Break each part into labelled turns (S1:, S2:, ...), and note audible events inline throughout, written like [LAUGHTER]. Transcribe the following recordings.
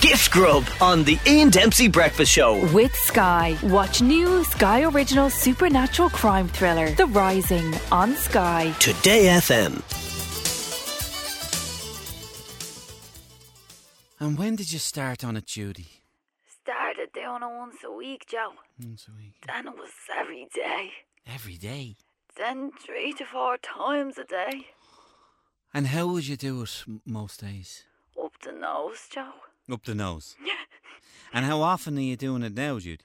S1: Gift Grub on the Ian Dempsey Breakfast Show.
S2: With Sky, watch new Sky Original supernatural crime thriller, The Rising, on Sky.
S1: Today FM.
S3: And when did you start on it, Judy?
S4: Started doing it once a week, Joe.
S3: Once a week.
S4: Then it was every day.
S3: Every day.
S4: Then three to four times a day.
S3: And how would you do it m- most days?
S4: Up the nose, Joe.
S3: Up the nose. and how often are you doing it now, Judy?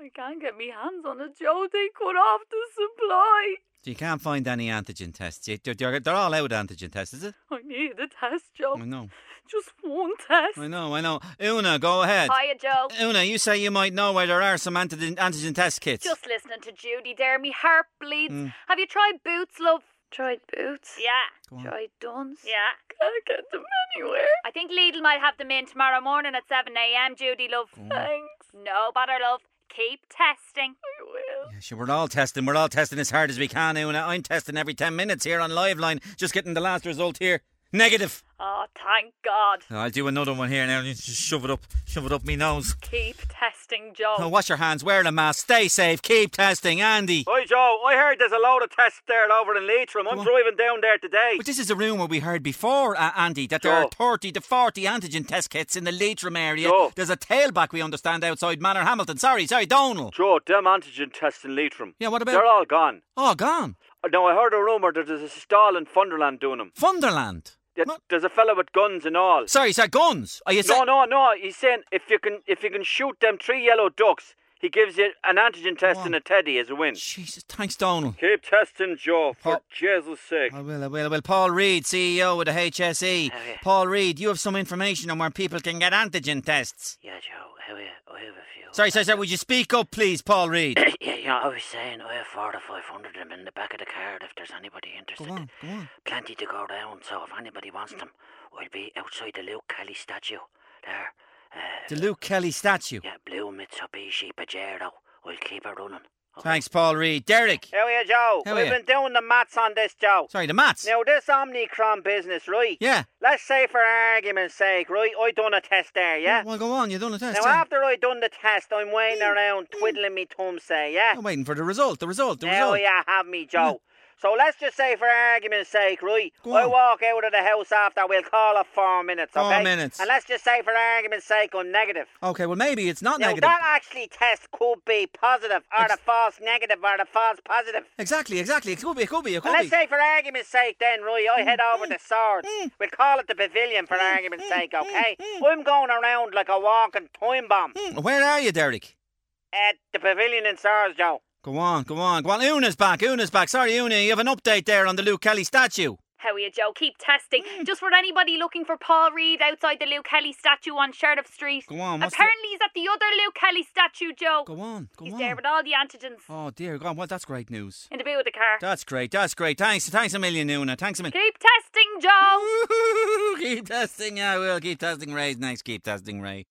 S4: I can't get me hands on it, Joe. They cut off the supply.
S3: So you can't find any antigen tests. You- They're, they're- they're all out antigen tests, is it?
S4: I need a test, Joe.
S3: I know.
S4: Just one test.
S3: I know, I know. Una, go ahead.
S5: Hiya, Joe.
S3: Una, you say you might know where there are some antigen, antigen test kits.
S5: Just listening to Judy there, me heart bleeds. Have you tried Boots, love?
S4: Tried boots.
S5: Yeah,
S3: Go on.
S4: Tried duns.
S5: yeah.
S4: Can't get them anywhere.
S5: I think Lidl might have them in tomorrow morning at 7am, Judy, love.
S4: Thanks.
S5: No bother, love. Keep testing.
S4: I will.
S3: Yeah, sure, we're all testing. We're all testing as hard as we can, Una. I'm testing every 10 minutes here on Liveline. Just getting the last result here. Negative.
S5: Oh, thank God.
S3: Oh, I'll do another one here now. You Just shove it up. Shove it up me nose.
S5: Keep testing, Joe.
S3: Now wash your hands, wear a mask, stay safe, keep testing, Andy.
S6: Hi Joe, I heard there's a load of tests there over in Leitrim. I'm
S3: What?
S6: driving down there today.
S3: But this is a rumour we heard before, uh, Andy, that there are
S6: Sure.
S3: 30 to 40 antigen test kits in the Leitrim area.
S6: Sure.
S3: There's a tailback, we understand, outside Manor Hamilton. Sorry, sorry, Donal.
S6: Joe, them antigen tests in Leitrim.
S3: Yeah, what about-
S6: They're all gone.
S3: Oh, gone.
S6: Now I heard a rumour that there's a stall in Funderland doing them.
S3: Funderland. What?
S6: There's a fella with guns and all.
S3: Sorry, sorry, guns. Are you
S6: No,
S3: saying?
S6: no, no. He's saying if you can, if you can shoot them three yellow ducks, he gives you an antigen test
S3: Wow.
S6: and a teddy as a win.
S3: Jesus, thanks, Donal.
S6: Keep testing, Joe, for
S3: Oh.
S6: Jesus' sake.
S3: I will, I will, I will. Paul Reid, CEO of the HSE.
S6: Oh,
S3: Paul Reid, you have some information on where people can get antigen tests.
S6: Yeah, Joe, how are you? I have a few.
S3: Sorry, sorry, sorry, would you speak up, please, Paul Reid?
S6: Yeah, you know, I was saying I have four to five hundred of them in the back of the card if there's anybody
S3: go
S6: interested.
S3: on, go on.
S6: Plenty to go round, so if anybody wants them, I'll be outside the Luke Kelly statue. There. Uh,
S3: The Luke Kelly statue.
S6: yeah, blue Mitsubishi Pajero. I'll keep it running.
S3: Thanks, Paul Reid. Derek.
S6: How are you, Joe?
S3: How are
S6: We've
S3: you?
S6: been doing the maths on this, Joe.
S3: Sorry, the mats.
S6: Now, this Omnicron business, right?
S3: Yeah.
S6: Let's say, for argument's sake, right, I done a test there, yeah?
S3: Well, go on. You've done a test. eh?
S6: now,
S3: yeah.
S6: after I done the test, I'm waiting around twiddling me thumb, say, yeah?
S3: I'm waiting for the result. The result. The
S6: Now
S3: result.
S6: you have me, Joe. So let's just say, for argument's sake, right?
S3: Go
S6: I
S3: on.
S6: walk out of the house after we'll call it four minutes,
S3: Four
S6: okay?
S3: minutes.
S6: And let's just say, for argument's sake, I'm negative.
S3: Okay. Well, maybe it's not
S6: Now
S3: negative.
S6: that actually test could be positive, or
S3: Ex-
S6: the false negative, or the false positive.
S3: Exactly. Exactly. It could be. It could be. It
S6: Well,
S3: could
S6: let's
S3: be.
S6: say for argument's sake then, Roy, I head over to Swords. We'll call it the pavilion for argument's sake, okay? I'm going around like a walking time bomb
S3: Hmm, Where are you, Derek?
S6: at the pavilion in Swords, Joe.
S3: Go on. Go on. Go on. Una's back. Una's back. Sorry, Una. You have an update there on the Luke Kelly statue.
S5: How are you, Joe? Keep testing. Just for anybody looking for Paul Reed outside the Luke Kelly statue on Sheriff Street.
S3: Go on, what's the-
S5: Apparently, he's at the other Luke Kelly statue, Joe.
S3: Go on. Go
S5: he's
S3: on.
S5: there with all the antigens
S3: oh dear. God. Well, that's great news.
S5: in the boot of the car.
S3: That's great. That's great. Thanks. Thanks a million, Una. Thanks a million.
S5: Keep testing, Joe.
S3: [LAUGHS] keep testing. I will keep testing Ray's next. Keep testing Ray.